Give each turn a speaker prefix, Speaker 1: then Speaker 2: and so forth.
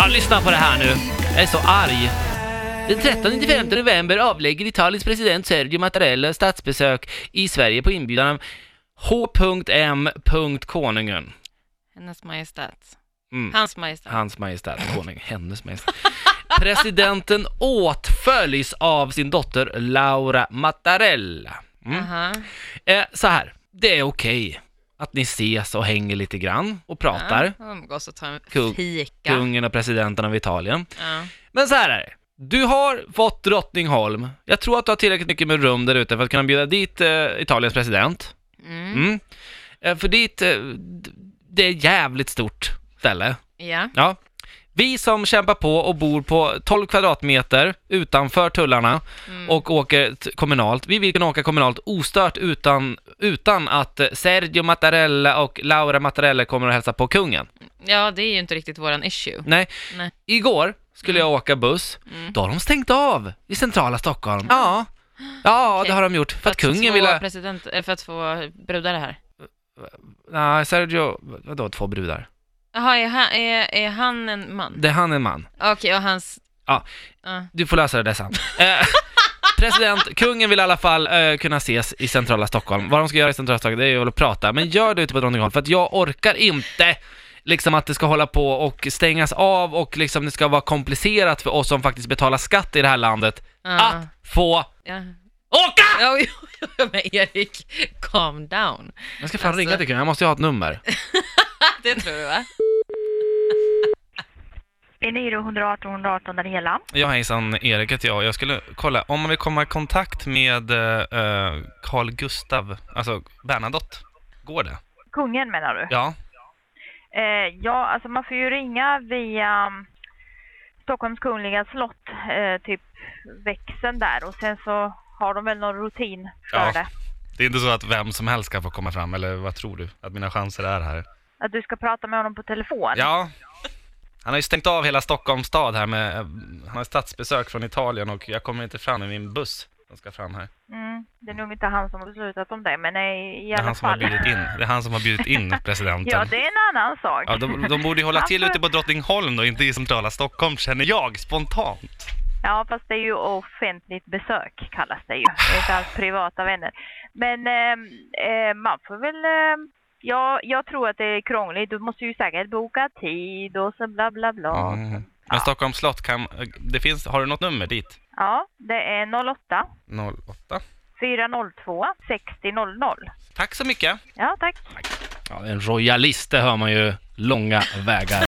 Speaker 1: Ja, lyssna på det här nu. Jag är så arg. Den 13-15 november avlägger Italiens president Sergio Mattarella statsbesök i Sverige på inbjudan av H.M. Konungen.
Speaker 2: Hennes Majestät.
Speaker 1: Mm.
Speaker 2: Hans Majestät.
Speaker 1: Hans Majestät Konung, hennes majestät. Presidenten åtföljs av sin dotter Laura Mattarella. Mm.
Speaker 2: Aha.
Speaker 1: Eh, så här, det är okej att ni ses och hänger lite grann och pratar,
Speaker 2: Ja, umgås och tar en
Speaker 1: Kung-
Speaker 2: fika.
Speaker 1: kungen och presidenten av Italien.
Speaker 2: Ja.
Speaker 1: Men så här är det. Du har fått Drottningholm. Jag tror att du har tillräckligt mycket med rum där ute för att kunna bjuda dit eh, Italiens president.
Speaker 2: Mm.
Speaker 1: Mm. Eh, för dit, eh, d- det är jävligt stort ställe.
Speaker 2: ja.
Speaker 1: Ja. Vi som kämpar på och bor på 12 kvadratmeter utanför tullarna
Speaker 2: Mm.
Speaker 1: och åker t- kommunalt, vi vill kunna åka kommunalt ostört utan, utan att eh, Sergio Mattarella och Laura Mattarella kommer och hälsa på kungen.
Speaker 2: ja, det är ju inte riktigt våran issue.
Speaker 1: Nej.
Speaker 2: Nej.
Speaker 1: Igår skulle jag åka buss,
Speaker 2: Mm.
Speaker 1: då har de stängt av i centrala Stockholm. Ja, ja det
Speaker 2: Okej.
Speaker 1: har de gjort. För att kungen
Speaker 2: få
Speaker 1: ville...
Speaker 2: President, eh, för att få brudar här.
Speaker 1: Nej, Sergio... Vadå två brudar?
Speaker 2: Jaha, är han, är, är han en man?
Speaker 1: Det är han en man.
Speaker 2: Okej, och hans...
Speaker 1: Ja.
Speaker 2: Ja.
Speaker 1: Du får lösa det där sen. Eh, President, kungen vill i alla fall eh, kunna ses i centrala Stockholm. Vad de ska göra i centrala Stockholm, det är ju att prata. Men gör det ute på Drottningholm, för att jag orkar inte liksom att det ska hålla på och stängas av och liksom det ska vara komplicerat för oss som faktiskt betalar skatt i det här landet
Speaker 2: Ja.
Speaker 1: att få
Speaker 2: Ja.
Speaker 1: åka!
Speaker 2: Ja, jo, jo, men Erik, calm down.
Speaker 1: Jag ska fan
Speaker 2: Alltså-
Speaker 1: ringa till kungen, jag måste ju ha ett nummer.
Speaker 2: Det tror du va?
Speaker 3: Eniro 118 118 Daniela.
Speaker 1: Ja hejsan, Erik heter jag. Jag skulle kolla, om man vill komma i kontakt med eh, Carl Gustav, alltså Bernadotte, går det?
Speaker 3: Kungen menar du?
Speaker 1: Ja.
Speaker 3: Eh, ja, alltså man får ju ringa via mm, Stockholms kungliga slott, eh, typ växeln där och sen så har de väl någon rutin för
Speaker 1: Ja.
Speaker 3: det.
Speaker 1: Det är inte så att vem som helst kan få komma fram, eller vad tror du? Att mina chanser är här?
Speaker 3: Att du ska prata med honom på telefon.
Speaker 1: Ja. Han har ju stängt av hela Stockholms stad här med, eh, han har statsbesök från Italien och jag kommer inte fram i min buss som ska fram här.
Speaker 3: Mm, det är nog inte han som har beslutat om det, men nej, i
Speaker 1: Det är
Speaker 3: alla
Speaker 1: han som har
Speaker 3: fall.
Speaker 1: bjudit in, det är han som har bjudit in presidenten.
Speaker 3: Ja, det är en annan sak.
Speaker 1: Ja, de, de borde ju hålla
Speaker 3: Han
Speaker 1: till
Speaker 3: får-
Speaker 1: ute på Drottningholm då, inte i centrala Stockholm känner jag spontant.
Speaker 3: Ja, fast det är ju offentligt besök kallas det ju. Det är inte alls privata vänner. Men ehm, eh, man får väl... Eh, ja, jag tror att det är krångligt. Du måste ju säkert boka tid och så bla bla bla.
Speaker 1: Mm. Men Stockholms slott kan, det finns, har du något nummer dit?
Speaker 3: Ja, det är 08
Speaker 1: 08.
Speaker 3: 402 6000.
Speaker 1: Tack så mycket.
Speaker 3: Ja, tack.
Speaker 1: Ja, en royalist, det hör man ju långa vägar.